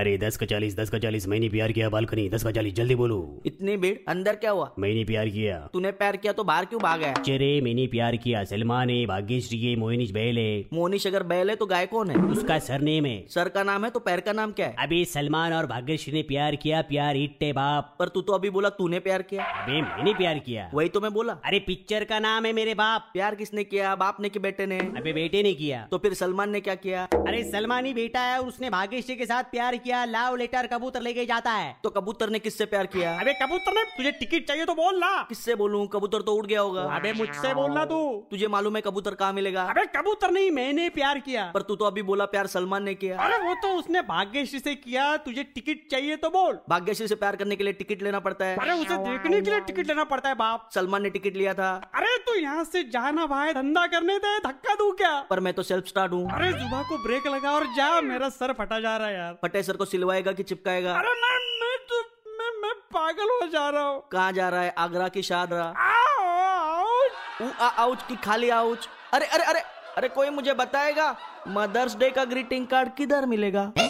अरे दस का चालीस दस का चालीस मैंने प्यार किया बालकनी दस का चालीस जल्दी बोलो इतनी भीड़ अंदर क्या हुआ मैंने प्यार किया तूने प्यार किया तो बाहर क्यों भागा है चरे मैंने प्यार किया सलमान है भाग्यश्री है मोहिनीश बहल है मोनिश अगर बैल है तो गाय कौन है उसका सरनेम है सर का नाम है तो पैर का नाम क्या है अभी सलमान और भाग्यश्री ने प्यार किया प्यार हिट है बाप पर तू तो अभी बोला तूने प्यार किया अबे मैंने प्यार किया वही तो मैं बोला अरे पिक्चर का नाम है मेरे बाप प्यार किसने किया बाप ने कि बेटे ने अबे बेटे ने किया तो फिर सलमान ने क्या किया अरे सलमान ही बेटा है और उसने भाग्यश्री के साथ प्यार किया लाव लेटर कबूतर लेके जाता है तो कबूतर ने किससे प्यार किया अबे कबूतर ने तुझे टिकट चाहिए तो बोल ना किससे बोलूं कबूतर तो उड़ गया होगा अबे मुझसे बोलना तू तुझे मालूम है कबूतर कहाँ मिलेगा अबे कबूतर नहीं मैंने प्यार किया पर तू तो अभी बोला प्यार सलमान ने किया अरे वो तो उसने भाग्यश्री से किया तुझे टिकट चाहिए तो बोल भाग्यश्री से प्यार करने के लिए टिकट लेना पड़ता है अरे उसे देखने के लिए टिकट लेना पड़ता है बाप सलमान ने टिकट लिया था अरे तू यहाँ से जाना भाई धंधा करने दे धक्का दू क्या पर मैं तो सेल्फ स्टार्ट हूँ अरे जुबा को ब्रेक लगा और जा मेरा सर फटा जा रहा है यार फटे सर को सिलवाएगा कि चिपकाएगा अरे मैं मैं तो मैं मैं पागल हो जा रहा हूँ कहाँ जा रहा है आगरा की शाहरा आओ, आओ। ऊ आ आउच की खाली आउच अरे अरे अरे अरे कोई मुझे बताएगा मदर्स डे का ग्रीटिंग कार्ड किधर मिलेगा